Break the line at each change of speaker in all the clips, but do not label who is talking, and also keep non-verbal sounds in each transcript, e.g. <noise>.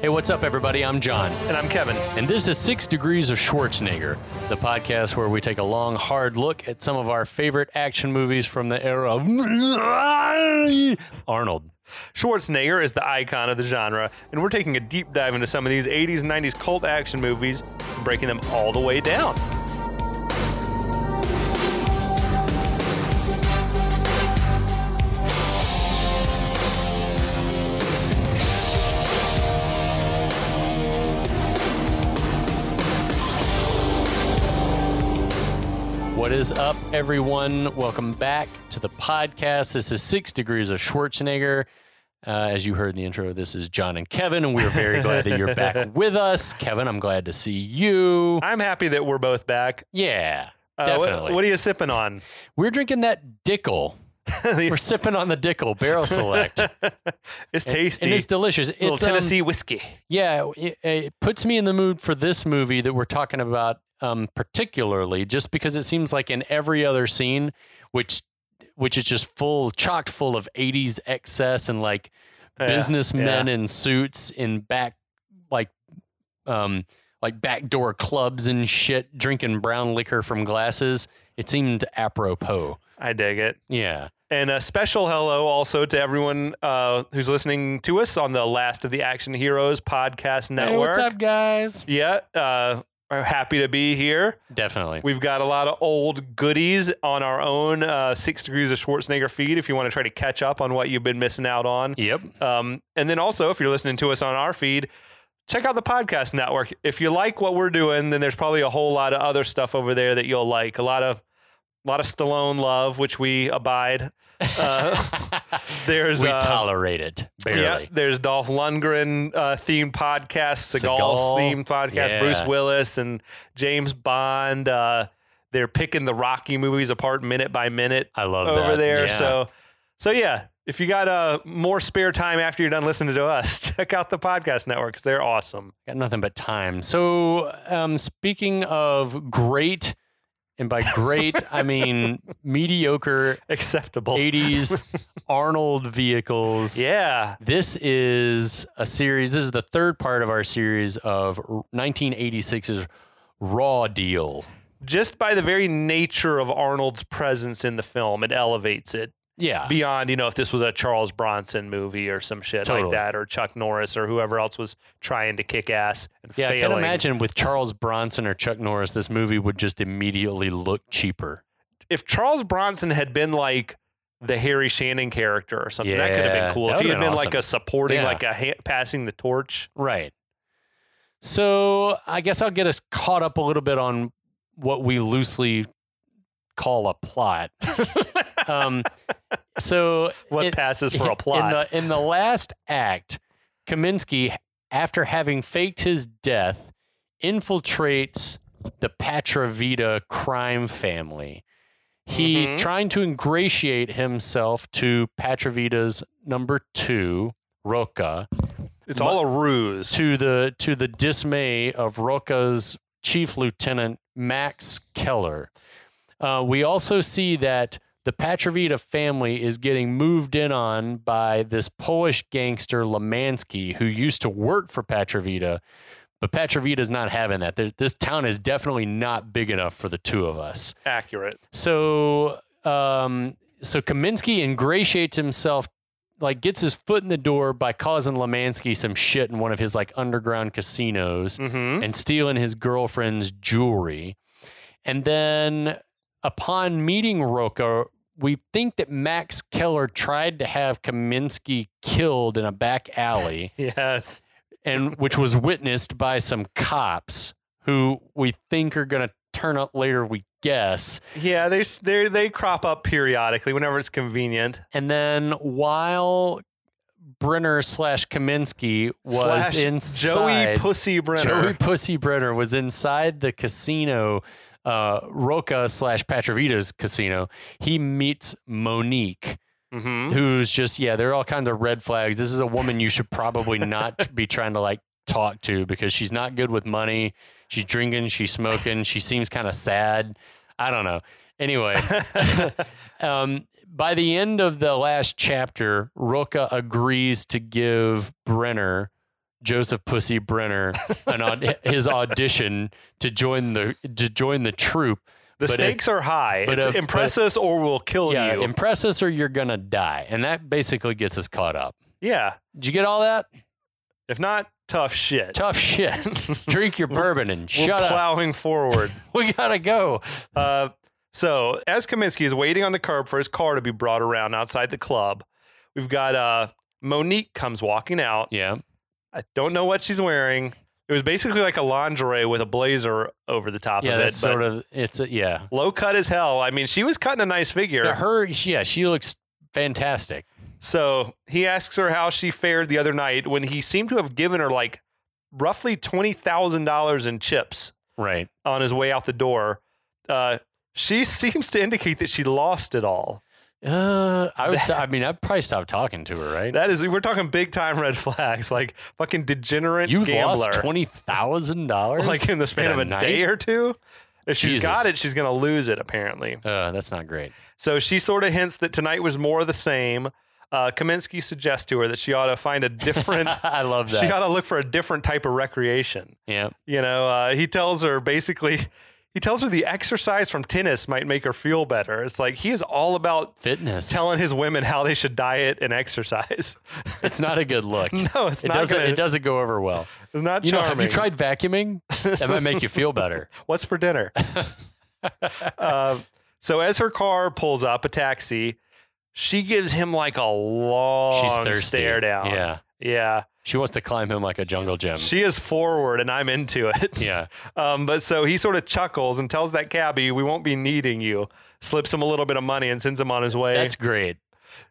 Hey, what's up, everybody? I'm John.
And I'm Kevin.
And this is Six Degrees of Schwarzenegger, the podcast where we take a long, hard look at some of our favorite action movies from the era of Arnold.
Schwarzenegger is the icon of the genre, and we're taking a deep dive into some of these 80s and 90s cult action movies, breaking them all the way down.
What is up, everyone? Welcome back to the podcast. This is Six Degrees of Schwarzenegger. Uh, as you heard in the intro, this is John and Kevin, and we are very glad that you're
<laughs>
back with us. Kevin, I'm glad to see you.
I'm happy that we're both back.
Yeah,
Uh, what-
definitely.
What, are you sipping on?
We're drinking that
<laughs>
Dickel. We're sipping on the Dickel Barrel Select.
It's <laughs> tasty.
And it's delicious. It's
little
um,
Tennessee whiskey.
yeah, it, it puts me in the mood for this movie that we're talking about um, particularly, just because it seems like in every other scene, which which is just full, chocked full of '80s excess and like
Yeah,
businessmen in suits in back like um like backdoor clubs and shit, drinking brown liquor from glasses. It seemed apropos.
I dig it.
Yeah.
And a special hello also to everyone uh, who's listening to us on the Last of the Action Heroes podcast network.
Hey, what's up, guys?
Yeah, uh, are happy to be here.
Definitely.
We've got a lot of old goodies on our own uh, Six Degrees of Schwarzenegger feed if you want to try to catch up on what you've been missing out on.
Yep.
Um, and then also, if you're listening to us on our feed, check out the podcast network. If you like what we're doing, then there's probably a whole lot of other stuff over there that you'll like. A lot of a lot of Stallone love, which we abide. Uh,
<laughs>
there's
we
uh,
tolerate it
yeah,
barely.
there's Dolph Lundgren uh, themed podcast, Seagal,
Seagal.
themed podcast,
Yeah.
Bruce Willis and James Bond. Uh, they're picking the Rocky movies apart minute by minute
I love
over
that.
there.
Yeah.
So, so yeah, if you got uh, more spare time after you're done listening to us, <laughs> check out the podcast network 'cause they're awesome.
got nothing but time. So, um, speaking of great, and by
<laughs>
great I mean mediocre
Acceptable. <laughs>
'80s Arnold vehicles.
Yeah.
This is a series. This is the third part of our series of 1986's Raw Deal.
Just by the very nature of Arnold's presence in the film, it elevates it.
Yeah.
beyond you know if this was a Charles Bronson movie or some shit
Totally.
like that or Chuck Norris or whoever else was trying to kick ass and
yeah, I
failing.
can imagine with Charles Bronson or Chuck Norris, this movie would just immediately look cheaper.
If Charles Bronson had been like the Harry Shannon character or something, that could have
Yeah,
been cool.
that
If he
would've
had been
been
like
awesome.
a supporting,
Yeah.
like a ha- passing the torch.
Right. So I guess I'll get us caught up a little bit on what we loosely call a
<laughs>
plot. um, so
What
it-
passes for a plot?
<laughs> In the, in the last act, Kaminsky, after having faked his death, infiltrates the Patravita crime family. He's
Mhm.
trying to ingratiate himself to Patravita's number two, Roca,
it's all a ruse.
to the to the dismay of Roca's chief lieutenant Max Keller. Uh, we also see that the Patravita family is getting moved in on by this Polish gangster Lemansky, who used to work for Patravita, but Patravita's not having that. There, this town is definitely not big enough for the two of us.
Accurate.
So, um, so Kaminsky ingratiates himself, like gets his foot in the door by causing Lemansky some shit in one of his like underground casinos
hmm
and stealing his girlfriend's jewelry. And then upon meeting Roca, we think that Max Keller tried to have Kaminsky killed in a back alley
<laughs> Yes.
and which was witnessed by some cops who we think are going to turn up later we guess.
Yeah. They s- they they crop up periodically whenever it's convenient.
And then while Brenner slash Kaminsky was
Slash
inside,
Joey Pussy Brenner.
Joey Pussy Brenner was inside the casino. uh, Roca slash Patravita's casino, he meets Monique,
Mm-hmm.
who's just yeah, there are all kinds of red flags. This is a woman you should probably
<laughs>
not be trying to like talk to because she's not good with money. She's drinking, she's smoking, she seems kind of sad. I don't know. Anyway,
Mm-hmm. <laughs>
um, by the end of the last chapter, Roca agrees to give Brenner, Joseph Pussy Brenner, an
<laughs>
aud- his audition to join the to join the troupe.
The
But it-
stakes are high.
but
It's
a-
impress us or we'll kill
yeah,
you.
impress us or you're gonna die, and that basically gets us caught up.
yeah.
Did you get all that?
If not, tough shit.
Tough shit. <laughs>
<laughs>
Drink your bourbon and
We're
shut up.
plowing forward. <laughs>
We gotta go.
Uh, so as Kaminsky is waiting on the curb for his car to be brought around outside the club, we've got uh, Monique comes walking out.
Yeah,
I don't know what she's wearing. It was basically like a lingerie with a blazer over the top
yeah,
of it.
that's sort of it's a, yeah.
low cut as hell. I mean, she was cutting a nice figure.
Yeah, Her yeah, she looks fantastic.
So he asks her how she fared the other night when he seemed to have given her like roughly twenty thousand dollars in chips
Right.
on his way out the door. Uh, she <laughs> seems to indicate that she lost it all.
Uh, I
<laughs>
would. say, I mean, I'd probably stop talking to her, right?
That is, we're talking big time red flags, like
<laughs>
fucking degenerate
You
gambler.
lost twenty thousand dollars,
like in the span
in
of
a
a
night?
day or two. If she's
Jesus.
got it, she's gonna lose it apparently.
Uh, that's not great.
<laughs> So she sort of hints that tonight was more of the same. Uh, Kaminsky suggests to her that she ought to find
<laughs>
a different. <laughs>
I love
she
that.
ought to look for a different type of recreation.
yeah.
You know, uh, he tells her basically, he tells her the exercise from tennis might make her feel better. It's like he is all about
Fitness.
telling his women how they should diet and exercise.
<laughs>
<laughs>
it's not a good look.
no, it's
it
not.
doesn't.
Gonna,
It doesn't go over well.
It's not
You know,
charming.
have you tried vacuuming? That might make you feel
<laughs>
better.
What's for dinner?
<laughs>
uh, so as her car pulls up, a taxi, she gives him like a long
She's thirsty.
stare down.
Yeah.
Yeah.
She wants to climb him like a jungle gym.
She is forward and I'm into it.
yeah.
Um, but so he sort of chuckles and tells that cabbie, we won't be needing you. Slips him a little bit of money and sends him on his way.
That's great.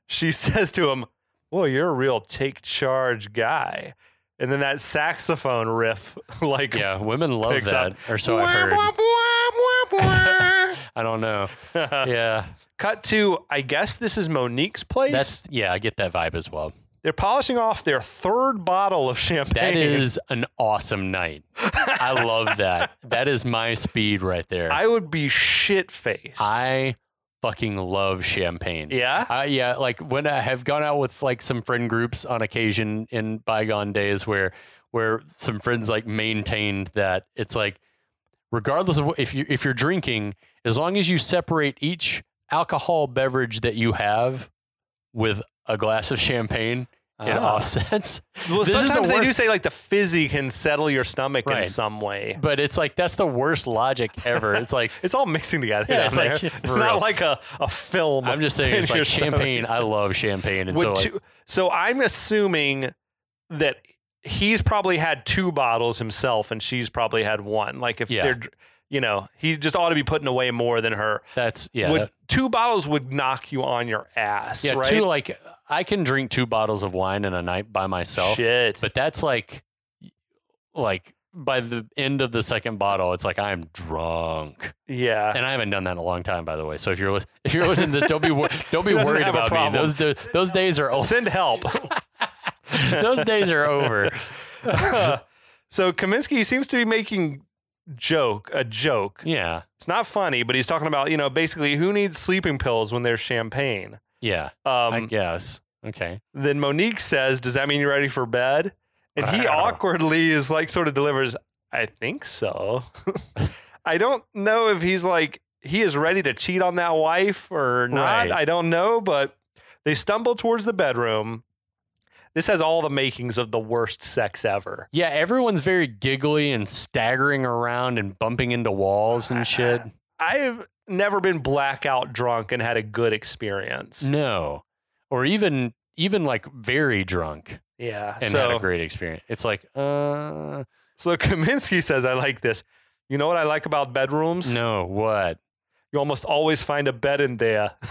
she <laughs> says to him, Well, you're a real take charge guy. And then that saxophone riff, <laughs> like
Yeah. Women love
Picks
that,
up.
or so I've heard. <laughs> I don't
<laughs>
know. Yeah.
Cut to, I guess this is Monique's place.
That's yeah. I get that vibe as
<laughs>
well.
They're polishing off their third bottle of champagne.
That is an awesome night. I love that. That is my speed right there.
<laughs> I would be shit faced.
I fucking love champagne.
yeah.
I, yeah, like when I have gone out with like some friend groups on occasion in bygone days where where some friends like maintained that it's like regardless of what, if you if you're drinking, as long as you separate each alcohol beverage that you have with a glass of champagne, it
Ah.
offsets. <laughs>
Well,
This is the
sometimes they do
worst-
say like the fizzy can settle your stomach in
Right.
some way.
But it's like that's the worst logic ever. It's
<laughs>
like
It's all mixing together.
Yeah,
down
it's like-
there.
for
it's
real.
not like a, a film.
I'm just saying
in
it's
your
like
stomach.
champagne. I love champagne, and
Would
so like,
two- so I'm assuming that he's probably had two bottles himself, and she's probably had one. Like if
Yeah.
they're, dr- you know, he just ought to be putting away more than her.
that's yeah.
Would
that-
two bottles would knock you on your ass?
Yeah,
right?
two like I can drink two bottles of wine in a night by myself,
Shit.
but that's like like by the end of the second bottle, it's like I'm drunk,
yeah.
and I haven't done that in a long time, by the way. So if you're lis- if you're listening to this, don't be
<laughs>
wor- don't be
He doesn't
worried
have a
about me.
problem.
Those da- those days are
<laughs>
over.
Send
<laughs>
help.
those days are over.
so Kaminsky seems to be making joke a joke.
Yeah,
It's not funny, but he's talking about you know basically who needs sleeping pills when there's champagne.
yeah, I
Um,
guess. Okay,
then Monique says, "Does that mean you're ready for bed?" And he
Wow.
awkwardly is like sort of delivers, "I think so." <laughs> I don't know if he's like he is ready to cheat on that wife or not.
Right.
I don't know, but they stumble towards the bedroom. This has all the makings of the worst sex ever.
yeah, everyone's very giggly and staggering around and bumping into walls and shit.
I've never been blackout drunk and had a good experience.
No, or even even like very drunk.
Yeah.
and had a great experience. It's like, uh,
so <laughs> Kaminsky says, I like this. You know what I like about bedrooms?
no, what?
You almost always find a bed in there. <laughs>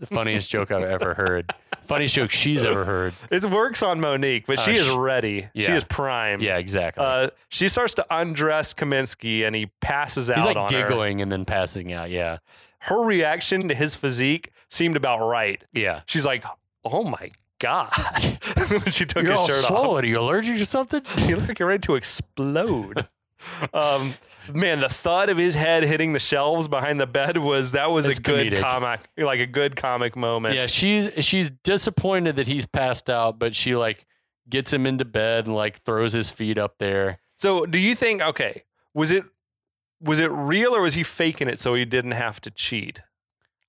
The funniest joke I've ever heard. funniest joke she's ever heard.
It works on Monique, but
Uh,
she is
sh-
ready. She
yeah.
is primed.
Yeah, exactly.
Uh, she starts to undress Kaminsky and he passes out
He's
on
like
her.
giggling and then passing out. Yeah,
her reaction to his physique seemed about right.
yeah.
She's like, "Oh my god!" <laughs> when she took
You're
his
all
shirt off,
swollen. Are you allergic to
<laughs>
something?
he looks like you're ready
<laughs>
to explode. um, man, the thud of his head hitting the shelves behind the bed was that was
That's
a good
comedic.
comic, like a good comic moment.
yeah, she's she's disappointed that he's passed out, but she like gets him into bed and like throws his feet up there.
So, do you think? Okay, was it was it real or was he faking it so he didn't have to cheat?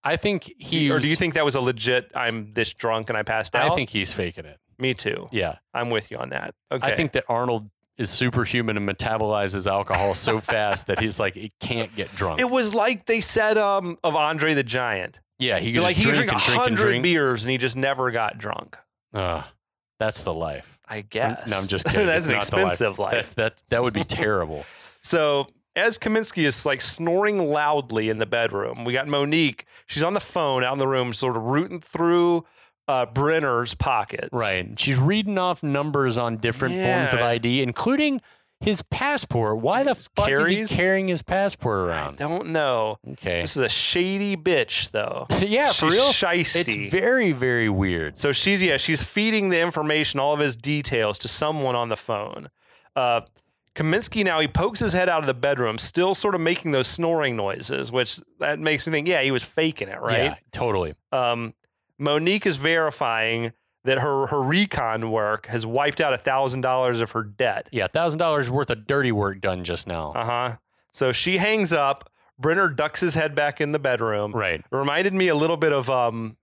I think he
or do you think that was a legit? I'm this drunk and I passed out.
I think he's faking it.
me too.
Yeah.
I'm with you on that. Okay,
I think that Arnold is superhuman and metabolizes alcohol so fast that he's like it can't get drunk.
it was like they said um, of Andre the Giant.
yeah, he
You're
could
like
like
he
drink,
could drink
and drink and
100
drink.
beers and he just never got drunk.
Ugh, that's the life.
I guess.
No, I'm just kidding.
<laughs>
It's
That's an
not the life.
expensive life.
That <laughs> that that
<laughs>
would be terrible.
So as Kaminsky is like snoring loudly in the bedroom, we got Monique. She's on the phone out in the room, sort of rooting through uh, Brenner's pockets.
right. She's reading off numbers on different forms of
Yeah.
ID, including his passport. Why the fuck
carries?
is he carrying his passport
I
around?
don't know.
Okay. <laughs>
This is a shady bitch, though.
yeah, for
she's
real.
Shisty.
It's very, very weird.
So she's yeah, she's feeding the information, all of his details to someone on the phone. Uh, Kaminsky now he pokes his head out of the bedroom, still sort of making those snoring noises, which that makes me think, yeah, he was faking it,
Yeah,
right?
totally.
Um, Monique is verifying that her her recon work has wiped out a thousand dollars of her debt.
Yeah, thousand dollars worth of dirty work done just now.
Uh huh. So she hangs up. Brenner ducks his head back in the bedroom.
right.
reminded me a little bit of um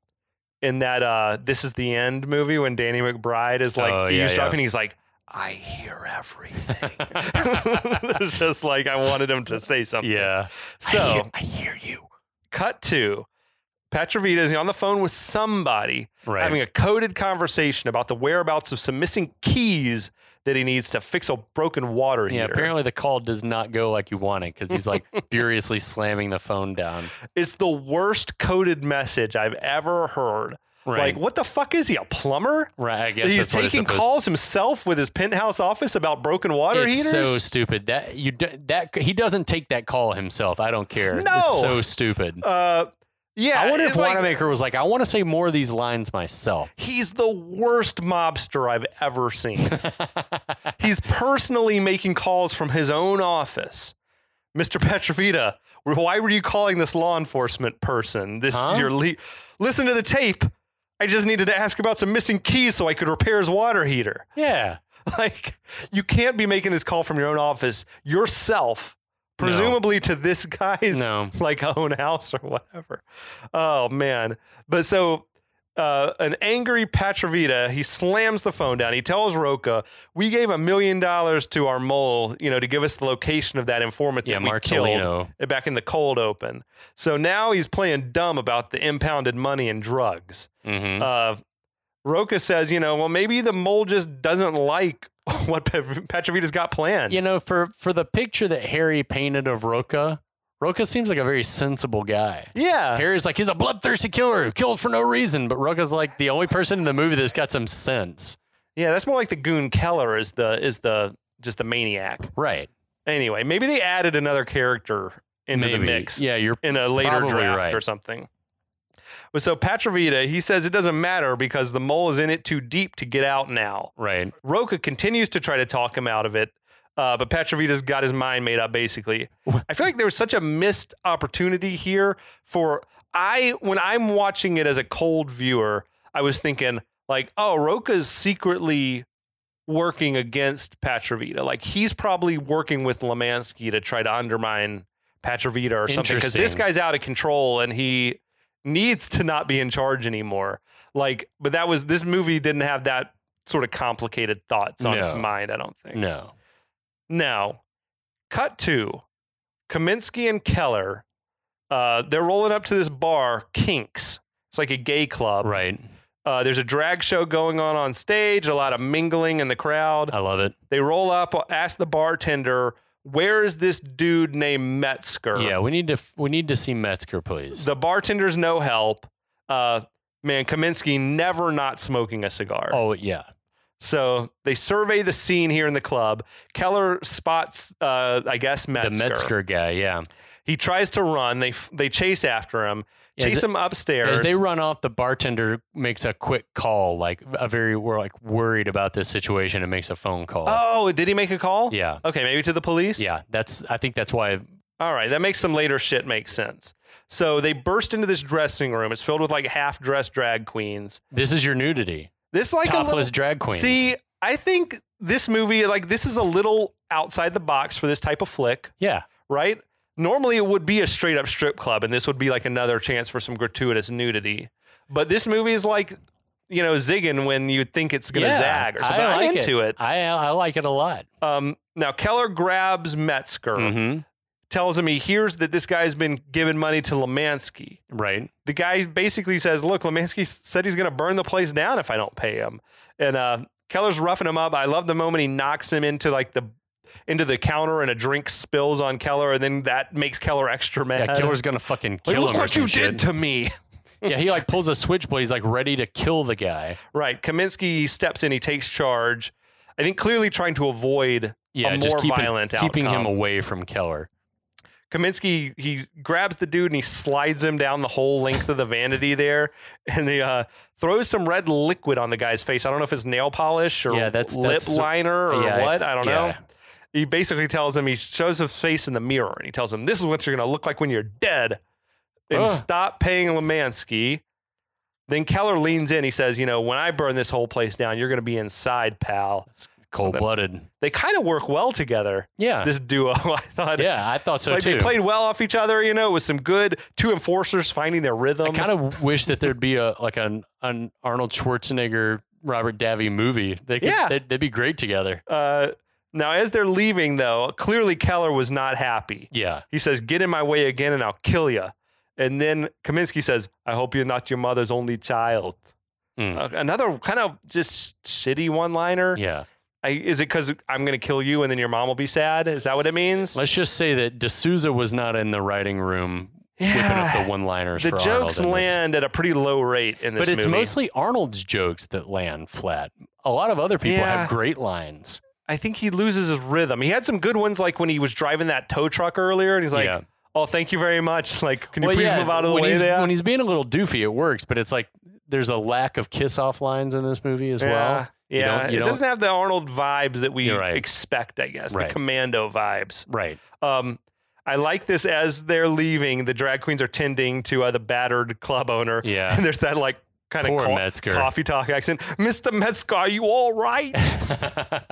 in that uh this is the end movie when Danny McBride is like
Oh, yeah,
eavesdropping
yeah.
he's like <laughs> I hear everything. it's just like I wanted him to say something.
<laughs>
<laughs>
Yeah.
So
I hear, I hear you.
cut to Petrovita is on the phone with somebody
Right.
having a coded conversation about the whereabouts of some missing keys that he needs to fix a broken water
yeah,
heater.
apparently the call does not go like you want it because he's <laughs> like furiously slamming the phone down.
It's the worst coded message I've ever heard.
Right.
Like, what the fuck is he, a plumber?
right. I guess
he's
that's what it's
taking
supposed-
calls himself with his penthouse office about broken water
It's
heaters.
so stupid that you d- that he doesn't take that call himself. I don't care.
No.
it's so stupid.
uh, yeah,
I wonder
it's
if
like,
Wanamaker was like, I want to say more of these lines myself.
he's the worst mobster I've ever seen.
<laughs>
he's personally making calls from his own office. Mr. Petrovita, why were you calling this law enforcement person? This
Huh?
your le- listen to the tape. I just needed to ask about some missing keys so I could repair his water heater. <laughs>
Yeah,
Like, you can't be making this call from your own office yourself,
No.
presumably to this guy's
No.
<laughs> like own house or whatever. Oh man! But so. Uh, an angry Patravita, he slams the phone down. He tells Roca, "We gave a million dollars to our mole, you know, to give us the location of that informant
yeah,
that we killed
Martellino.
back in the cold open." So now he's playing dumb about the impounded money and drugs.
hmm
Uh, Roca says, you know, well, maybe the mole just doesn't like <laughs> what Pe- Petrovita's got planned.
you know, for for the picture that Harry painted of Roca, Roca seems like a very sensible guy. <laughs>
yeah.
Harry's like he's a bloodthirsty killer who killed for no reason, but Roca's like the only person in the movie that's got some sense.
Yeah, that's more like the goon Keller is the is the just the maniac.
Right
Anyway, maybe they added another character into the
Maybe.
mix
Yeah, you're
in a later
Probably
draft
right.
or something. But so Petrovita, he says it doesn't matter because the mole is in it too deep to get out now.
right.
Roca continues to try to talk him out of it, uh, but Petrovita's got his mind made up basically. I feel like there was such a missed opportunity here for I when I'm watching it as a cold viewer, I was thinking like, oh, Roca's secretly working against Petrovita. Like he's probably working with Lemansky to try to undermine Petrovita or something because this
Interesting.
guy's out of control and he needs to not be in charge anymore. Like, but that was this movie didn't have that sort of complicated thoughts on its
No.
mind. I don't think.
No.
Now, cut to Kaminsky and Keller. Uh, they're rolling up to this bar, Kinks. It's like a gay club.
Right.
Uh, there's a drag show going on on stage, a lot of mingling in the crowd.
I love it.
They roll up, ask the bartender, where is this dude named Metzger?
Yeah, we need to we need to see Metzger, please.
The bartender's no help. Uh, man, Kaminsky never not smoking a cigar.
Oh yeah.
So they survey the scene here in the club. Keller spots, uh, I guess, Metzger.
The Metzger guy, yeah.
He tries to run. They f- they chase after him.
Yeah,
chase
as-
him upstairs.
As they run off, the bartender makes a quick call, like a very we're like worried about this situation, and makes a phone call.
oh, did he make a call?
Yeah,
Okay, maybe to the police.
yeah. That's I think that's why.
All right, that makes some later shit make sense. So they burst into this dressing room. It's filled with like half dressed drag queens.
This is your nudity.
This like a
Topless
little
drag queens.
See, I think this movie like this is a little outside the box for this type of flick.
yeah,
right? Normally, it would be a straight up strip club, and this would be like another chance for some gratuitous nudity. But this movie is like, you know, zigging when you think it's going to
Yeah,
zag or something.
I like
I'm into it.
I I like it a lot.
Um, now, Keller grabs Metzger,
hmm
tells him he hears that this guy's been giving money to Lemansky.
Right.
The guy basically says, Look, Lemansky s- said he's going to burn the place down if I don't pay him. And uh, Keller's roughing him up. I love the moment he knocks him into like the into the counter and a drink spills on Keller and then that makes Keller extra mad.
Yeah, killer's gonna fucking
Uh-huh. Like,
kill
look
him. or
what
some
you
shit.
did to me. <laughs>
yeah, he like pulls a switchblade. He's like ready to kill the guy.
Right. Kaminsky steps in, he takes charge. I think clearly trying to avoid
Yeah,
a
just
more
keeping,
violent
keeping him
outcome.
away from Keller.
Kaminsky he grabs the dude and he slides him down the whole length of the vanity there and he uh, throws some red liquid on the guy's face. I don't know if it's nail polish or
Yeah, that's-
lip
that's-
liner or
yeah,
what. I don't know.
yeah.
He basically tells him he shows his face in the mirror and he tells him this is what you're going to look like when you're dead. And
Ugh.
stop paying Lemansky. Then Keller leans in. He says, "You know, when I burn this whole place down, you're going to be inside, pal."
It's cold blooded.
They kind of work well together.
Yeah.
This duo, <laughs> I thought
yeah, I thought so
like
too.
they played well off each other, you know, with some good two enforcers finding their rhythm.
I kind of wish that there'd be a like an, an Arnold Schwarzenegger Robert Davi movie. They could,
Yeah.
they'd, they'd be great together.
uh, now, as they're leaving, though, clearly Keller was not happy.
Yeah,
He says, "Get in my way again, and I'll kill you." And then Kaminsky says, "I hope you're not your mother's only child."
Mm.
Uh, another kind of just shitty one-liner.
yeah.
I, is it because I'm going to kill you and then your mom will be sad? Is that what it means?
Let's just say that D'Souza was not in the writing room whipping <sighs> up the one-liners.
The
for Arnold
jokes
in this.
land at a pretty low rate in this
but it's
movie.
mostly Arnold's jokes that land flat. A lot of other people
Yeah.
have great lines.
I think he loses his rhythm. He had some good ones, like when he was driving that tow truck earlier, and he's like,
Yeah.
"Oh, thank you very much. Like, can you
Well,
please
yeah,
move out of the
when
way
he's,
there?"
When he's being a little doofy, it works. But it's like there's a lack of kiss-off lines in this movie as
yeah,
well. You
yeah.
don't- you
it
don't-
doesn't have the Arnold vibes that we
You're right.
expect. I guess
Right.
the Commando vibes. <laughs>
Right.
Um, I like this as they're leaving. The drag queens are tending to uh, the battered club owner.
Yeah.
<laughs> and there's that like kind
Poor
of
Metzger.
coffee talk accent. Mister Metzger, are you all right?
<laughs>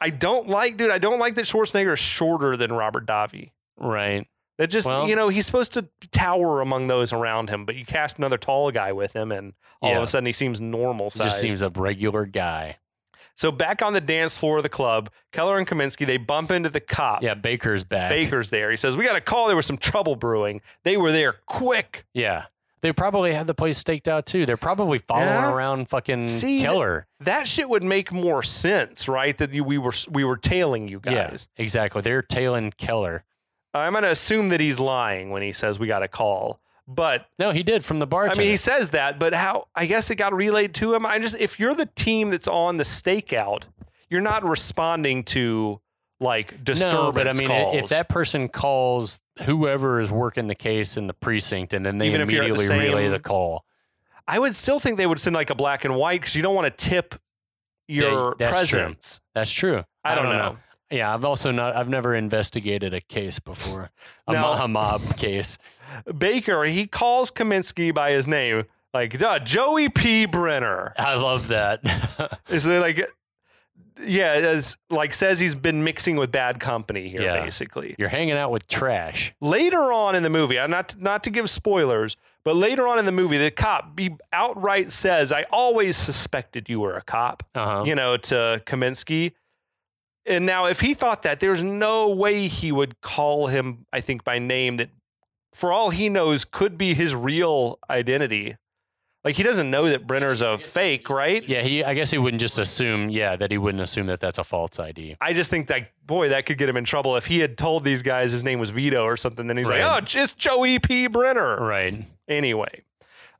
I don't like, dude. I don't like that Schwarzenegger is shorter than Robert Davi.
right.
That just
Well-
you know he's supposed to tower among those around him, but you cast another tall guy with him, and all of
Yeah.
a sudden he seems normal size.
Just seems a regular guy.
so back on the dance floor of the club, Keller and Kaminsky they bump into the cop.
Yeah, Baker's back.
Baker's there. He says, "We got a call. There was some trouble brewing. They were there quick."
Yeah. They probably had the place staked out too. They're probably following
Yeah.
around fucking
See,
Keller.
That shit would make more sense, right? That you, we were we were tailing you guys.
Yeah, exactly. They're tailing Keller.
I'm gonna assume that he's lying when he says we got a call, but
No, he did from the
I
bartender.
mean, he says that, but how? I guess it got relayed to him. I just, if you're the team that's on the stakeout, you're not responding to like disturbance
no, but I mean, i-
calls.
if that person calls whoever is working the case in the precinct, and then they
Even if you're at the
immediately relay
same-
the call,
I would still think they would send like a black and white because you don't want to tip your
that's true.
presence.
that's true.
I don't know.
Yeah, I've also not. I've never investigated a case before, a,
No.
mo- a mob case.
Baker, he calls Kaminsky by his name, like "Duh, Joey P. Brenner.
I love that. <laughs>
Is it like, yeah, it's like says he's been mixing with bad company here,
Yeah.
basically.
You're hanging out with trash.
later on in the movie, I'm not not to give spoilers, but later on in the movie, the cop he outright says, "I always suspected you were a cop."
Uh huh.
You know, to Kaminsky. And now, if he thought that, there's no way he would call him. I think by name that, for all he knows, could be his real identity. Like he doesn't know that Brenner's a fake, right?
Yeah, he. I guess he wouldn't just assume. Yeah, that he wouldn't assume that that's a false ID.
I just think that boy, that could get him in trouble if he had told these guys his name was Vito or something. Then he's
Right.
like, "Oh, it's Joey P. Brenner."
Right.
Anyway,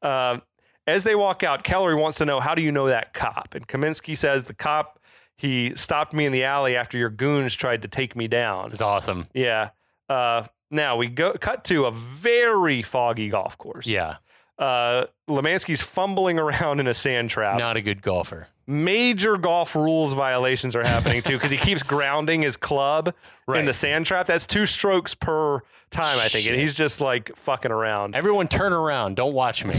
um, As they walk out, Callery wants to know, how do you know that cop? And Kaminsky says, the cop, he stopped me in the alley after your goons tried to take me down.
It's awesome.
Yeah. Uh, now we go cut to a very foggy golf course.
Yeah.
Uh, Lemansky's fumbling <laughs> around in a sand trap.
Not a good golfer.
Major golf rules violations are happening too because he keeps grounding his club in
Right.
the sand trap. That's two strokes per time, I think. And he's just like fucking around.
Everyone turn around. Don't watch
<laughs>
me.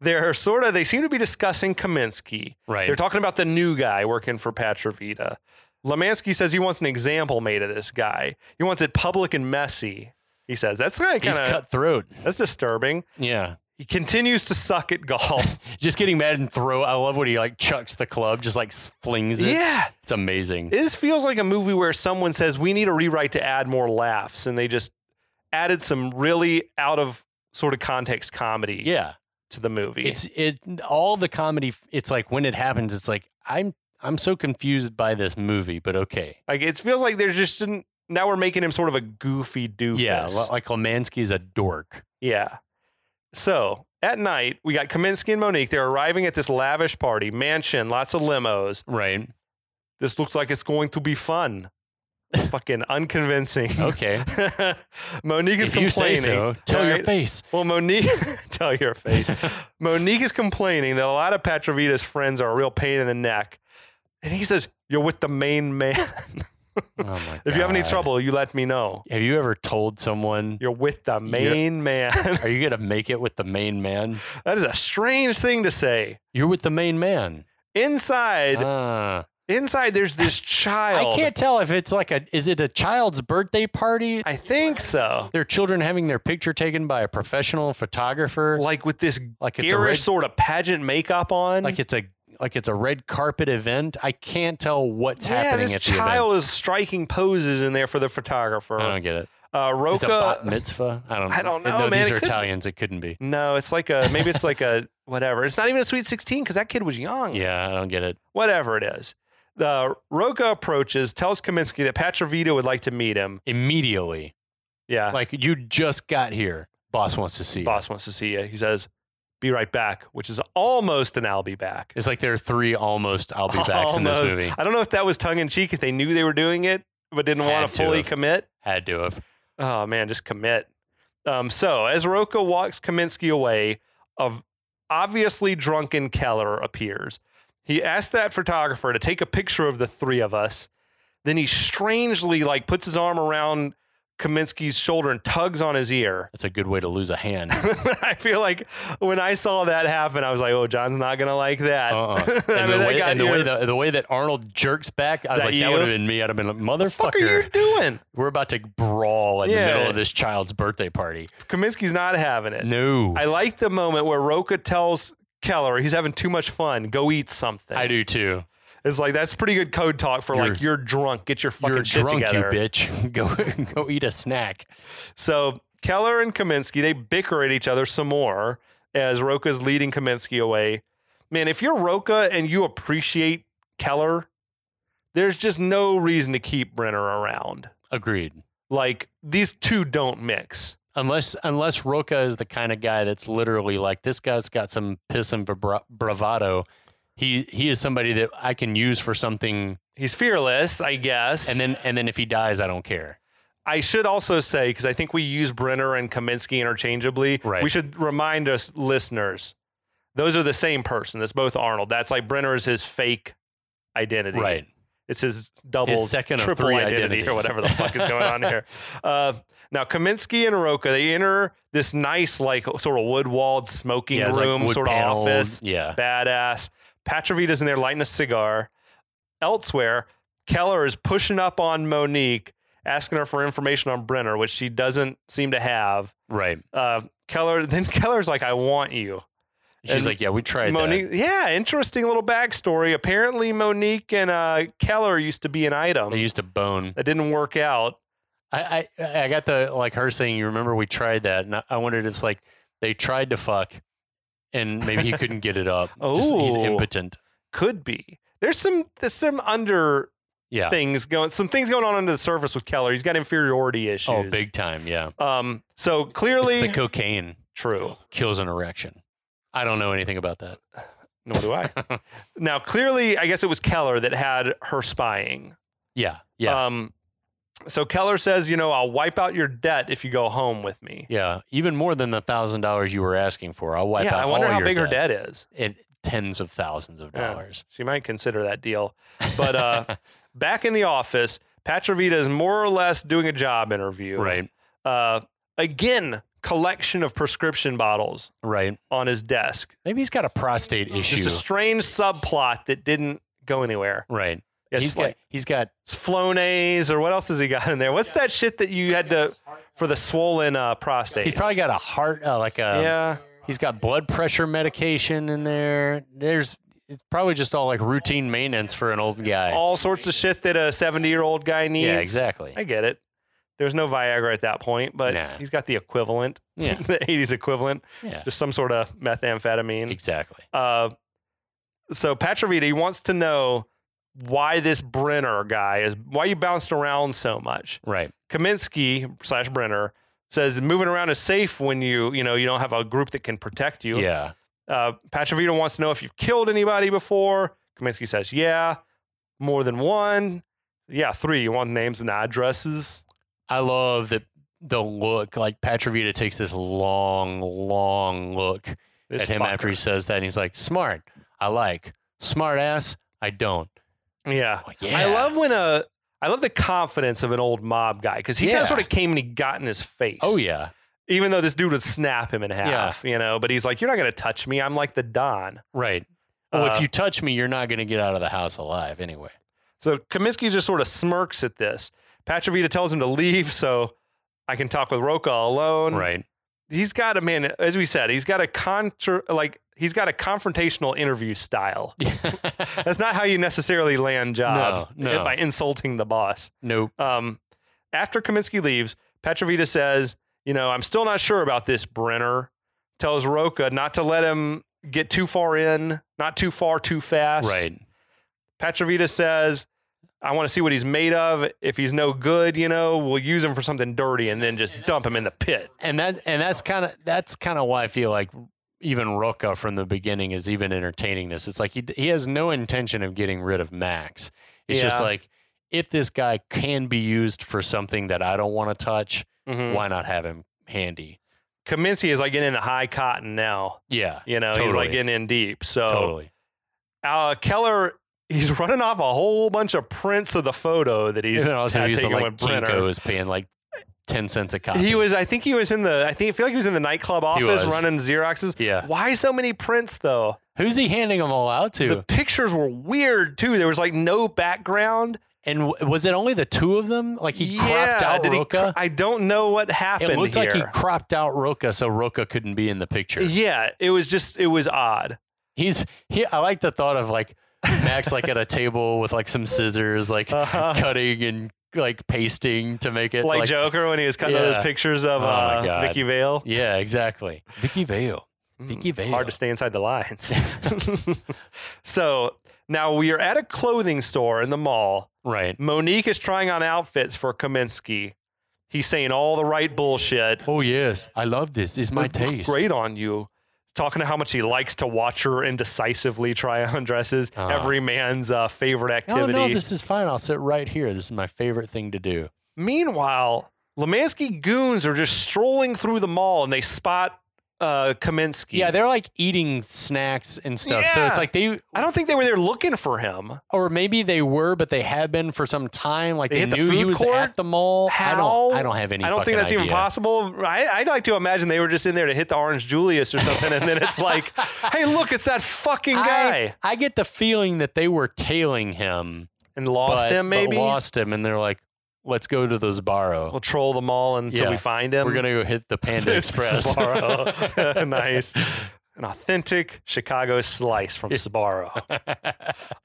They're sort of, they seem to be discussing Kaminsky.
Right.
They're talking about the new guy working for Patravita. Lemansky says he wants an example made of this guy. He wants it public and messy. He says that's kind
He's
of
cutthroat.
that's disturbing.
Yeah.
He continues to suck
<laughs>
at golf.
Just getting mad and throw. I love when he like chucks the club, just like s- flings it.
yeah,
It's amazing.
this feels like a movie where someone says we need a rewrite to add more laughs, and they just added some really out of sort of context comedy
yeah.
to the movie.
It's it all the comedy it's like when it happens it's like I'm I'm so confused by this movie, but okay.
like it feels like there's just an, now we're making him sort of a goofy doofus.
Yeah, li- like Lemansky's a dork.
Yeah. So at night, we got Kaminsky and Monique. They're arriving at this lavish party, mansion, lots of limos.
Right.
This looks like it's going to be fun. Fucking unconvincing.
Okay.
<laughs> Monique is
if you say
complaining.
so, tell your
right? <laughs>
face. <laughs>
Well, Monique, tell your face. Monique is complaining that a lot of Patravita's friends are a real pain in the neck. And he says, You're with the main man. <laughs>
Oh my
if you have any
God.
trouble, you let me know.
Have you ever told someone
You're with the main man. <laughs>
are you going to make it with the main man?
that is a strange thing to say.
You're with the main man.
Inside,
Ah.
Inside, there's this child.
I can't tell if it's like a is it a child's birthday party?
I think so.
Their children having their picture taken by a professional photographer.
Like with this
Like it's a
garish
red-
sort of pageant makeup on.
like it's a like it's a red carpet event. I can't tell what's
yeah,
happening
this
at the
child is striking poses in there for the photographer.
event. I don't get it.
Uh,
Is it bat
Roca.
mitzvah? I don't.
<laughs> I don't know,
No,
man.
These
It
are
could-
Italians. It couldn't be.
No, it's like a maybe it's like a <laughs> whatever. It's not even a sweet sixteen because that kid was young.
Yeah, I don't get it.
Whatever it is. The Roca approaches, tells Kaminsky that Patravita would like to meet him.
Immediately,
Yeah.
like you just got here. Boss wants to see you.
Ah. boss wants to see you. He says, be right back, which is almost an I'll be back.
It's like there are three almost I'll be backs in this
Almost.
movie.
I don't know if that was tongue in cheek, if they knew they were doing it, but didn't
Had
want to
to
fully
have.
commit.
Had to have.
Oh man, just commit. Um, so as Rocco walks Kaminsky away, of obviously drunken Keller appears. He asks that photographer to take a picture of the three of us. Then he strangely like puts his arm around Kaminsky's shoulder and tugs on his ear. <laughs>
That's a good way to lose a hand. Uh-uh.
I feel like when I saw that happen, I was like, "Oh, John's not gonna like that." <laughs>
Uh-uh.
I
And,
mean,
the
that
way,
got
and the, way
ear-
the, the way that Arnold jerks back, I was
that
like,
you?
that would have been me. I'd have been like,
fuck are you
motherfucker,
doing?
we're about to brawl in
Yeah.
the middle of this child's birthday party.
Kaminsky's not having it.
No,
I like the moment where Roca tells Keller he's having too much fun. Go eat something.
I do too.
It's like that's pretty good code talk for like you're drunk. Get your fucking
You're
shit
drunk,
together.
you bitch. <laughs> go go eat a snack.
So Keller and Kaminsky they bicker at each other some more as Roca's leading Kaminsky away. Man, if you're Roca and you appreciate Keller, there's just no reason to keep Brenner around.
Agreed.
Like these two don't mix.
Unless unless Roca is the kind of guy that's literally like this guy's got some piss and vibra- bravado. He he is somebody that I can use for something,
He's fearless, I guess.
and then and then if he dies, I don't care.
I should also say because I think we use Brenner and Kaminsky interchangeably.
Right.
We should remind us listeners, those are the same person. That's both Arnold. That's like Brenner is his fake identity.
Right.
It's his double,
His second of
triple
three
identity or
identities.
whatever the fuck is going on
<laughs>
here. Uh, now Kaminsky and Roca they enter this nice like sort of wood walled smoking
it's like
room
wood
sort of
paneled.
office.
Yeah.
Badass. Patravita's in there lighting a cigar. Elsewhere, Keller is pushing up on Monique, asking her for information on Brenner, which she doesn't seem to have.
Right.
Uh, Keller <laughs> then Keller's like, "I want you."
She's
And
like, yeah, we tried
Monique, yeah, interesting little backstory. Apparently, Monique and uh, Keller used to be an
that. They
item
used to bone.
that didn't work out.
I, I I got the like her saying. You remember we tried that, and I, I wondered if it's like they tried to fuck, and maybe he couldn't get it
<laughs>
up. Just- he's
Oh.
impotent.
Could be. There's some there's some under
Yeah.
things going some things going on under the surface with Keller. He's got inferiority issues.
Oh, big time. Yeah.
Um. So
It's
clearly
the cocaine
true.
kills an erection. I don't know anything about that.
Nor
<laughs>
do I. now, clearly, I guess it was Keller that had her spying.
Yeah. Yeah.
Um, so Keller says, you know, I'll wipe out your debt if you go home with me.
yeah. Even more than the thousand dollars you were asking for. I'll wipe
yeah,
out
I wonder
all
how
your
big
debt.
her debt is.
It, tens of thousands of
Yeah.
dollars.
She might consider
<laughs>
that deal. But uh, back in the office, Patravita is more or less doing a job interview.
Right.
Uh, again, collection of prescription bottles
Right.
on his desk.
Maybe he's got a prostate issue.
Just a strange subplot that didn't go anywhere.
right.
It's
he's
like
got he's got
it's Flonase or what else has he got in there? What's that shit that you had to for the swollen uh, prostate? Um,
he's probably got a heart uh, like a
yeah.
He's got blood pressure medication in there. There's it's probably just all like routine maintenance for an old guy.
all sorts of shit that a 70 year old guy needs.
yeah, exactly.
I get it. There's no Viagra at that point, but
Nah.
he's got the equivalent, <laughs>
Yeah.
the 80s equivalent,
Yeah,
just some sort of methamphetamine.
exactly.
Uh, so Patravita, he wants to know why this Brenner guy is, why you bounced around so much.
Right.
Kaminsky slash Brenner says moving around is safe when you, you know, you don't have a group that can protect you.
Yeah.
Uh, Patravita wants to know if you've killed anybody before. Kaminsky says, yeah, more than one. Yeah, three. You want names and addresses?
I love that the look. Like Patravita takes this long, long look
This
at him after he
fucker.
says that, and he's like, "Smart, I like. Smart ass, I don't."
Yeah.
Oh, yeah.
I love when a, I love the confidence of an old mob guy because he kind
Yeah.
of sort of came and he got in his face.
Oh yeah.
Even though this dude would snap him in half, you know, but he's like, you're not going to touch me. I'm like the Don.
Right. Well,
Uh,
if you touch me, you're not going to get out of the house alive anyway.
So Kaminsky just sort of smirks at this. Patravita tells him to leave so I can talk with Roca alone.
Right. <laughs>
He's got a man, as we said, he's got a contra, like he's got a confrontational interview style. That's not how you necessarily land jobs
No, no.
by insulting the boss.
nope.
Um, after Kaminsky leaves, Petrovita says, "You know, I'm still not sure about this." Brenner tells Roca not to let him get too far in, not too far too fast.
Right.
Petrovita says, "I want to see what he's made of. If he's no good, you know, we'll use him for something dirty and then just dump him in the pit."
and that and that's kind of that's kind of why I feel like even Roca from the beginning is even entertaining this. It's like he he has no intention of getting rid of Max. It's just
Yeah.
like if this guy can be used for something that I don't want to touch,
Mhm.
why not have him handy?
Kaminsky is like getting into high cotton now.
Yeah,
You know, he's
Totally.
like getting in deep. So
totally.
uh, Keller, he's <laughs> running off a whole bunch of prints of the photo that
<laughs>
he's
He's also
had
using
taken
like
with Brenner.
Kinko's paying like ten cents a copy.
He was, I think he was in the, I think I feel like he was in the nightclub office
was.
running Xeroxes.
Yeah.
Why so many prints though?
Who's he handing them all out to?
The pictures were weird too. There was like no background.
and w- was it only the two of them? Like he cropped out
Oh, did he
Roca.
cro- I don't know what happened.
it looked
here.
like he cropped out Roca, so Roca couldn't be in the picture.
Yeah, it was just it was odd.
He's he. I like the thought of like Max like at a table with like some scissors, like
Uh-huh.
cutting and like pasting to make it
Like, Joker when he was cutting all those
Yeah.
pictures of
Oh, my
uh,
God.
Vicky Vale.
Yeah, exactly. Vicky Vale. Vicky Vale.
Mm, Hard to stay inside
<laughs>
the lines. <laughs> so now we are at a clothing store in the mall.
right.
Monique is trying on outfits for Kaminsky. He's saying all the right bullshit.
Oh yes, I love this. It's my taste.
Great on you. Talking to how much he likes to watch her indecisively try on dresses.
Ah.
Every man's uh, favorite
Oh
activity.
no, this is fine. I'll sit right here. This is my favorite thing to do.
Meanwhile, Lemansky goons are just strolling through the mall and they spot uh, Kaminsky.
Yeah, they're like eating snacks and stuff. So it's
Yeah.
like they,
I don't think they were there looking for him.
or maybe they were, but they had been for some time. Like
They
they,
hit the
knew he
food
was
court?
at the mall. I
How?
don't. I don't have any.
I don't think
fucking
that's even
idea.
possible. I, I'd like to imagine they were just in there to hit the Orange Julius or something, and then
<laughs>
it's like, hey, look, it's that fucking guy,
I, I get the feeling that they were tailing him,
and lost
but,
him.
but
Maybe
lost him, and they're like, "Let's go to the Sbarro.
we'll troll the mall until
Yeah.
we find him.
We're gonna go hit the
<laughs>
Panda Express." <laughs>
Sbarro. <laughs> nice. An authentic Chicago slice from Sbarro.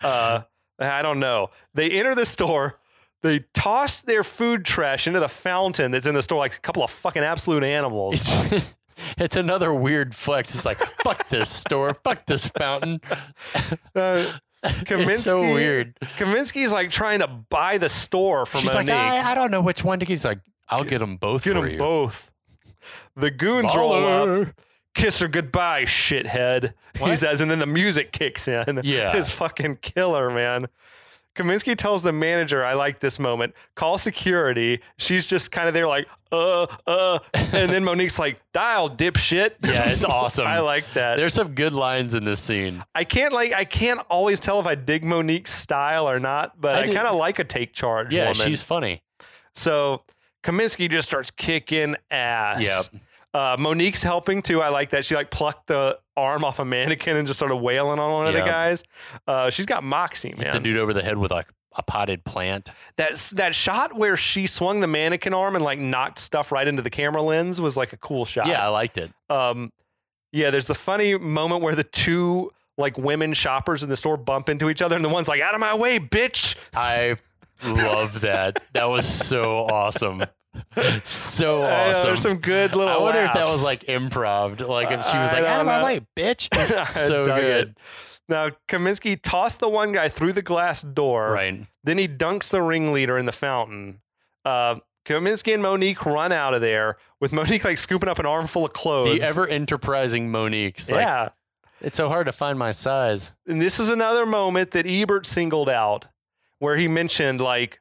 Uh, I don't know. They enter the store. They toss their food trash into the fountain that's in the store, like a couple of fucking absolute <laughs> animals.
<laughs> it's another weird flex. It's like, "Fuck this store. Fuck this fountain."
Uh, Kaminsky,
It's so weird.
Kaminsky's like trying to buy the store from
She's like, "Ah,
Monique.
I, "I don't know which one to get." He's like, "I'll get them both
Get
for
them
you."
both. The goons roll up.
Baller.
kiss her goodbye, shithead. He
What?
says, and then the music kicks in.
Yeah.
It's fucking killer, man. Kaminsky tells the manager, I like this moment. Call security. She's just kind of there, like, uh, uh. And then Monique's like, dial, dipshit.
Yeah,
<laughs>
it's awesome.
I like that.
There's some good lines in this scene.
I can't like I can't always tell if I dig Monique's style or not, but
I
I,
did-
kind of like a take charge
Yeah,
woman.
she's funny.
so Kaminsky just starts kicking ass.
Yep.
Uh, Monique's helping too. I like that she like plucked the arm off a mannequin and just started wailing on one of
Yeah.
the guys. Uh, she's got moxie, man.
It's a dude over the head with a, a potted plant.
That that shot where she swung the mannequin arm and like knocked stuff right into the camera lens was like a cool shot.
Yeah, I liked it.
Um, yeah, there's the funny moment where the two like women shoppers in the store bump into each other, and the one's like, "Out of my way, bitch!"
I love that. That was so awesome. So
Yeah,
awesome.
Uh, there's some good little.
I wonder if that was
laughs.
like improv. Like if she was
I
like, out of
don't
my
know."
way,
<laughs>
bitch.
I
so
dug
good.
it. Now Kaminsky tossed the one guy through the glass door.
Right.
Then he dunks the ringleader in the fountain. Uh, Kaminsky and Monique run out of there with <laughs> Monique like scooping up an armful of clothes.
The ever enterprising Monique's like,
yeah.
it's so hard to find my size.
and this is another moment that Ebert singled out where he mentioned like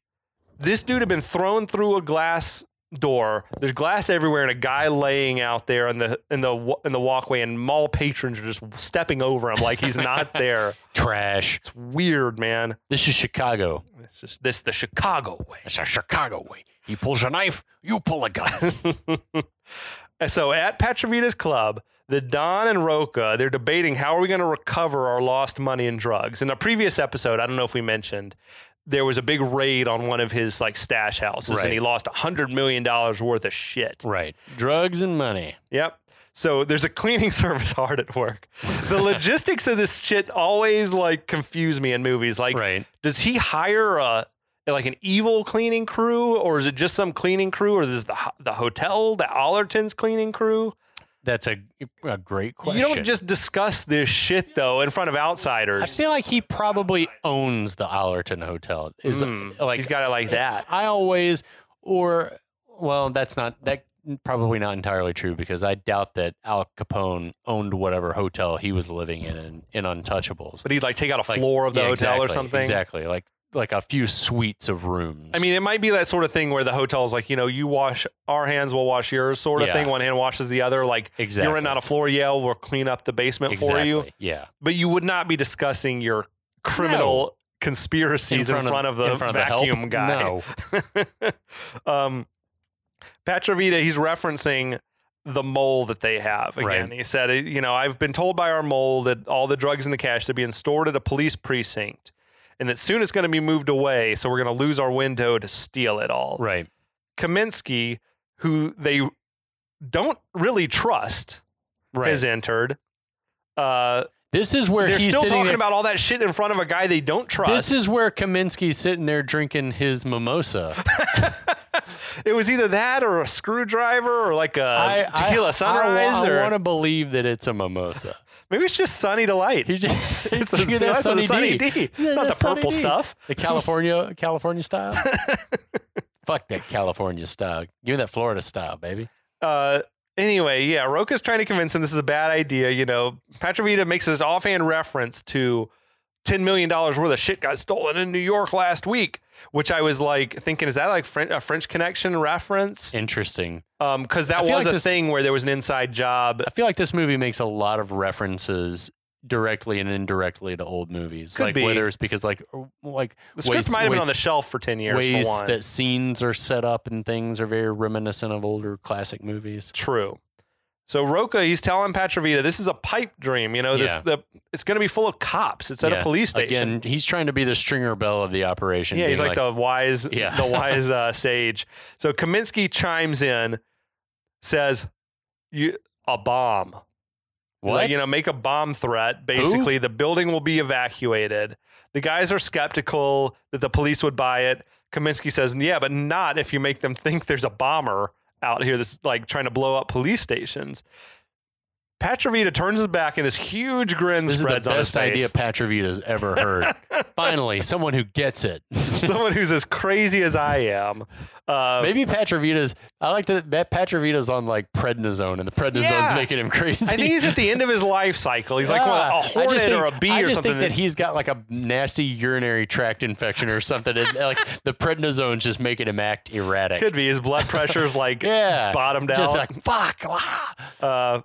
this dude had been thrown through a glass door. There's glass everywhere and a guy laying out there in the in the wa- in the walkway and mall patrons are just stepping over him like
<laughs>
he's not there.
Trash.
It's weird, man.
This is Chicago.
It's just this the Chicago way.
It's a Chicago way. He pulls a knife, you pull a gun.
<laughs> And so at Patravita's club, the Don and Roca, they're debating how are we going to recover our lost money and drugs. In the previous episode, I don't know if we mentioned, there was a big raid on one of his like stash houses
Right.
and he lost $100 million worth of shit.
right. Drugs and money.
Yep. So there's a cleaning <laughs> service hard at work. The logistics of this shit always like confuse me in movies. Like
Right.
does he hire a like an evil cleaning crew or is it just some cleaning crew or is the ho- the hotel, the Allerton's cleaning crew?
That's a, a great question.
You don't just discuss this shit though in front of outsiders.
I feel like he probably owns the Allerton Hotel. Is
Mm,
like
He's got it like that.
I always or well, that's not that probably not entirely true because I doubt that Al Capone owned whatever hotel he was living in in, in Untouchables.
But he'd like take out a
Like,
floor of the
yeah,
hotel or
exactly,
something.
Exactly. Like like a few suites of rooms.
I mean, it might be that sort of thing where the hotel's like, you know, you wash our hands, we'll wash yours, sort of
Yeah.
thing. One hand washes the other. Like,
exactly.
you're renting out a floor, yeah, we'll clean up the basement
exactly.
for you.
Yeah.
But you would not be discussing your criminal conspiracies in front, of, the
in front of help?
vacuum guy.
No.
<laughs> um, Patravita, he's referencing the mole that they have again.
Right.
He said, "Uh, you know, I've been told by our mole that all the drugs in the cache are being stored at a police precinct and that soon it's going to be moved away. So we're going to lose our window to steal it all.
Right.
Kaminsky, who they don't really trust,
Right.
has entered. Uh,
this is where
they're
he's
still
sitting
talking
there-
about all that shit in front of a guy they don't trust.
This is where Kaminsky's sitting there drinking his
<laughs>
mimosa.
it was either that or a screwdriver or like a
I- I-
Uh, tequila sunrise
I,
or
want to believe that it's a mimosa.
maybe it's just sunny delight.
He just,
<laughs> It's a-
look at that
that's a
Sunny
Sunny
D. <laughs>
D. It's
Look at
not
that
the
Sunny
purple
D.
stuff.
The California California
<laughs>
style. Fuck that California style. Give me that Florida style, baby.
Uh, anyway, yeah, Roca's trying to convince him this is a bad idea. You know, Patravita makes this offhand reference to ten million dollars worth of shit got stolen in New York last week, which I was like thinking, is that like French, a French Connection reference?
Interesting.
Um, because
I
that
feel
was
like
a
this-
thing where there was an inside job.
I feel like this movie makes a lot of references directly and indirectly to old movies.
Could
like
be.
whether it's because like or- like
The script
ways-
might have been
ways-
on the shelf for ten years.
ways
for one.
that scenes are set up and things are very reminiscent of older classic movies.
True. So Roca, he's telling Patravita, this is a pipe dream. You know, this
Yeah.
the it's going to be full of cops. It's at
Yeah.
a police station.
Again, he's trying to be the stringer bell of the operation.
yeah, he's
being
like, the wise,
<laughs> Yeah.
the wise uh, sage. So Kaminsky chimes in, says, "You a bomb?
what?
Like, you know, make a bomb threat. Basically, the building will be evacuated. The guys are skeptical that the police would buy it. Kaminsky says, "Yeah, but not if you make them think there's a bomber out here that's like trying to blow up police stations." Patrovita turns his back and this huge grin
This is the
spreads on his
best
face.
idea Patrovita's ever heard.
<laughs>
Finally, someone who gets it.
Someone who's as crazy as I am. Uh,
Maybe Patrovita's. I like that. That Patrovita's on like prednisone, and the prednisone's
Yeah.
making him crazy.
I think he's at the end of his life cycle. He's like well,
Ah,
a
I
hornet
just think-
or a bee
I
or
just
something.
think that
that's-
he's got like a nasty urinary tract infection or something, and like the prednisone's just making him act erratic.
could be his blood pressure's
<laughs>
like
yeah,
bottomed out.
Just like fuck, ah.
uh,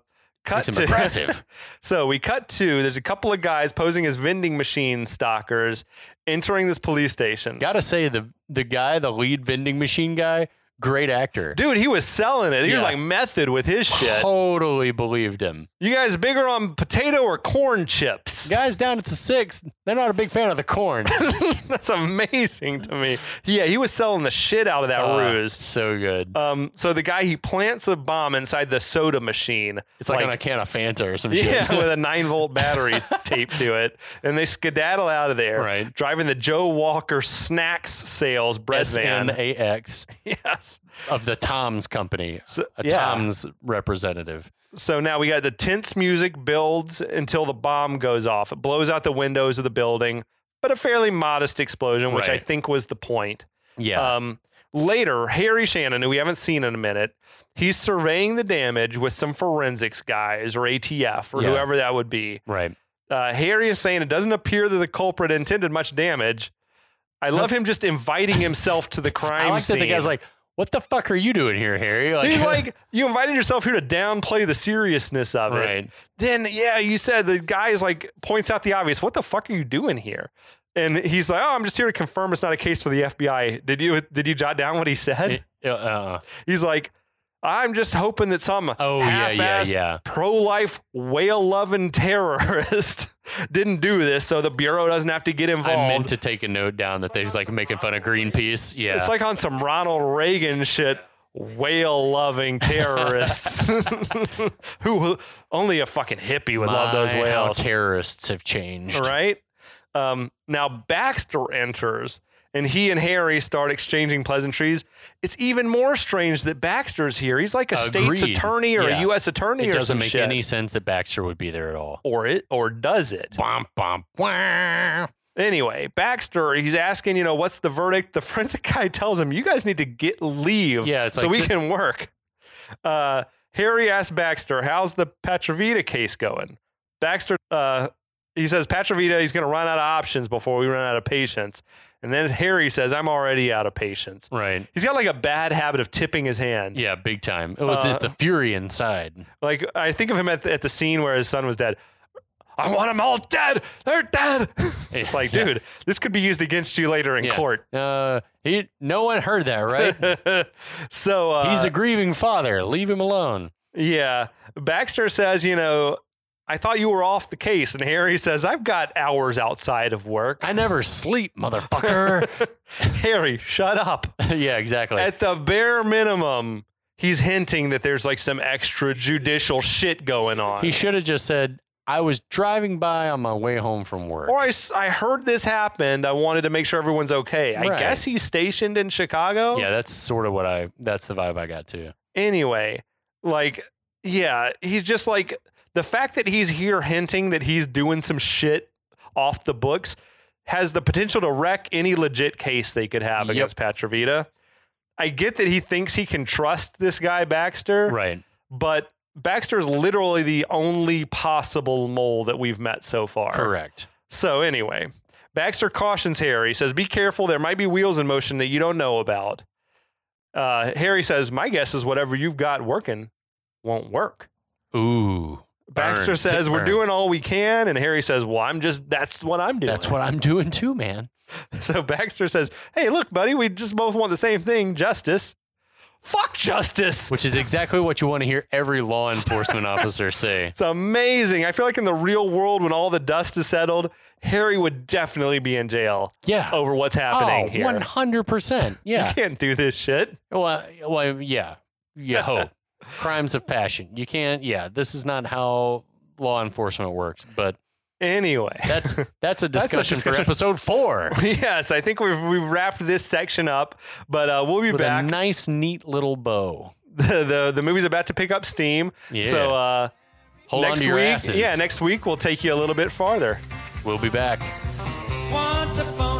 Makes
cut
him
to <laughs>
aggressive.
so we cut to there's a couple of guys posing as vending machine stalkers entering this police station.
Gotta say the the guy, the lead vending machine guy, great actor.
Dude, he was selling it. He was
Yeah.
like method with his
<laughs>
shit.
Totally believed him.
You guys bigger on potato or corn chips?
Guys down at the six, they're not a big fan of the corn.
<laughs> That's amazing to me. Yeah, he was selling the shit out of that
Ah,
ruse.
so good.
Um, so the guy he plants a bomb inside the soda machine.
it's like, on a can of Fanta or some shit. <laughs>
<laughs> Yeah, with a nine volt battery taped to it. And they skedaddle out of there,
Right.
driving the Joe Walker snacks sales bread
S N
van.
A E X
<laughs> Yes.
of the Tom's company,
So-
a
yeah.
Tom's representative.
So now we got the tense music builds until the bomb goes off. It blows out the windows of the building, but a fairly modest explosion, which I
Right.
think was the point.
Yeah,
Um, later, Harry Shannon, who we haven't seen in a minute, he's surveying the damage with some forensics guys or ATF or
Yeah.
whoever that would be.
right.
Uh, Harry is saying it doesn't appear that the culprit intended much damage. I love him just inviting himself to the
<laughs>
crime
I like
scene.
that the guy's like, "What the fuck are you doing here, Harry?" Like, <laughs>
He's like, you invited yourself here to downplay the seriousness of it.
right.
Then, yeah, you said the guy's like points out the obvious. What the fuck are you doing here? And he's like, oh, I'm just here to confirm it's not a case for the FBI. Did you did you jot down what he said?
Uh, uh,
He's like, I'm just hoping that some
oh yeah, yeah,
half-assed
yeah.
pro-life whale-loving terrorist <laughs> didn't do this, so the bureau doesn't have to get involved.
I meant to take a note down that they was like making fun of Greenpeace. Yeah,
It's like on some Ronald Reagan shit.
<laughs>
Whale-loving terrorists, <laughs> who only a fucking hippie would love those
My, how
whales,
terrorists have changed.
right? Um, now Baxter enters, and he and Harry start exchanging pleasantries. It's even more strange that Baxter's here. He's like a state's
Agreed.
attorney or
Yeah.
a U.S. attorney
It
or
doesn't
some
make
shit.
any sense that Baxter would be there at all.
or it or does it?
Bom, bom, wah.
Anyway, Baxter, he's asking, you know, what's the verdict? The <laughs> forensic guy tells him, you guys need to get leave
Yeah, it's
so
like-
we can work. Uh, Harry asks Baxter, how's the Patravita case going? Baxter, uh, he says, Patravita, he's going to run out of options before we run out of patience. And then Harry says, I'm already out of patience.
Right.
He's got like a bad habit of tipping his hand.
Yeah, big time. It was
Uh,
the fury inside.
Like, I think of him at the, at the scene where his son was dead. I want them all dead. They're dead. <laughs> it's like,
Yeah.
dude, this could be used against you later in
Yeah.
court.
Uh, he, no one heard
<laughs>
that, right?
so uh,
He's a grieving father. Leave him alone.
yeah. Baxter says, you know, I thought you were off the case, and Harry says, I've got hours outside
<laughs>
of work.
I never sleep,
<laughs>
motherfucker. <laughs>
Harry, shut up.
yeah, exactly.
At the bare minimum, he's hinting that there's like some extrajudicial shit going on.
he should have just said, I was driving by on my way home from work.
or I, s- I heard this happened. I wanted to make sure everyone's okay. I
Right.
guess he's stationed in Chicago.
yeah, that's sort of what I, that's the vibe I got too.
anyway, like, yeah, he's just like the fact that he's here hinting that he's doing some shit off the books has the potential to wreck any legit case they could have
Yep.
against Patravita. I get that he thinks he can trust this guy Baxter,
Right.
but Baxter's literally the only possible mole that we've met so far.
Correct.
So anyway, Baxter cautions Harry, says, "Be careful. There might be wheels in motion that you don't know about." Uh, Harry says, "My guess is whatever you've got working won't work."
Ooh.
Baxter
Burn.
says,
Sit
"We're
burn.
doing all we can," and Harry says, "Well, I'm just that's what I'm doing."
That's what I'm doing too, man.
<laughs> So Baxter says, "Hey, look, buddy, we just both want the same thing: justice." Fuck justice.
Which is exactly what you want to hear every law enforcement officer say.
It's amazing. I feel like in the real world, when all the dust is settled, Harry would definitely be in jail
Yeah.
over what's happening
oh,
here.
100%.
You
<laughs> Yeah.
can't do this shit.
Well, well, yeah, you hope. Crimes of passion. You can't. Yeah, this is not how law enforcement works. But
Anyway,
<laughs> that's that's a
That's a
discussion, for
discussion.
episode four
<laughs> yes, I think we've we've wrapped this section up, but uh, we'll be
with
back.
a
<laughs>
nice, neat little bow.
the, the the movie's about to pick up steam,
Yeah.
so uh,
Hold on
next
to your
week,
asses.
yeah, next week we'll take you a little bit farther.
we'll be back.
Once upon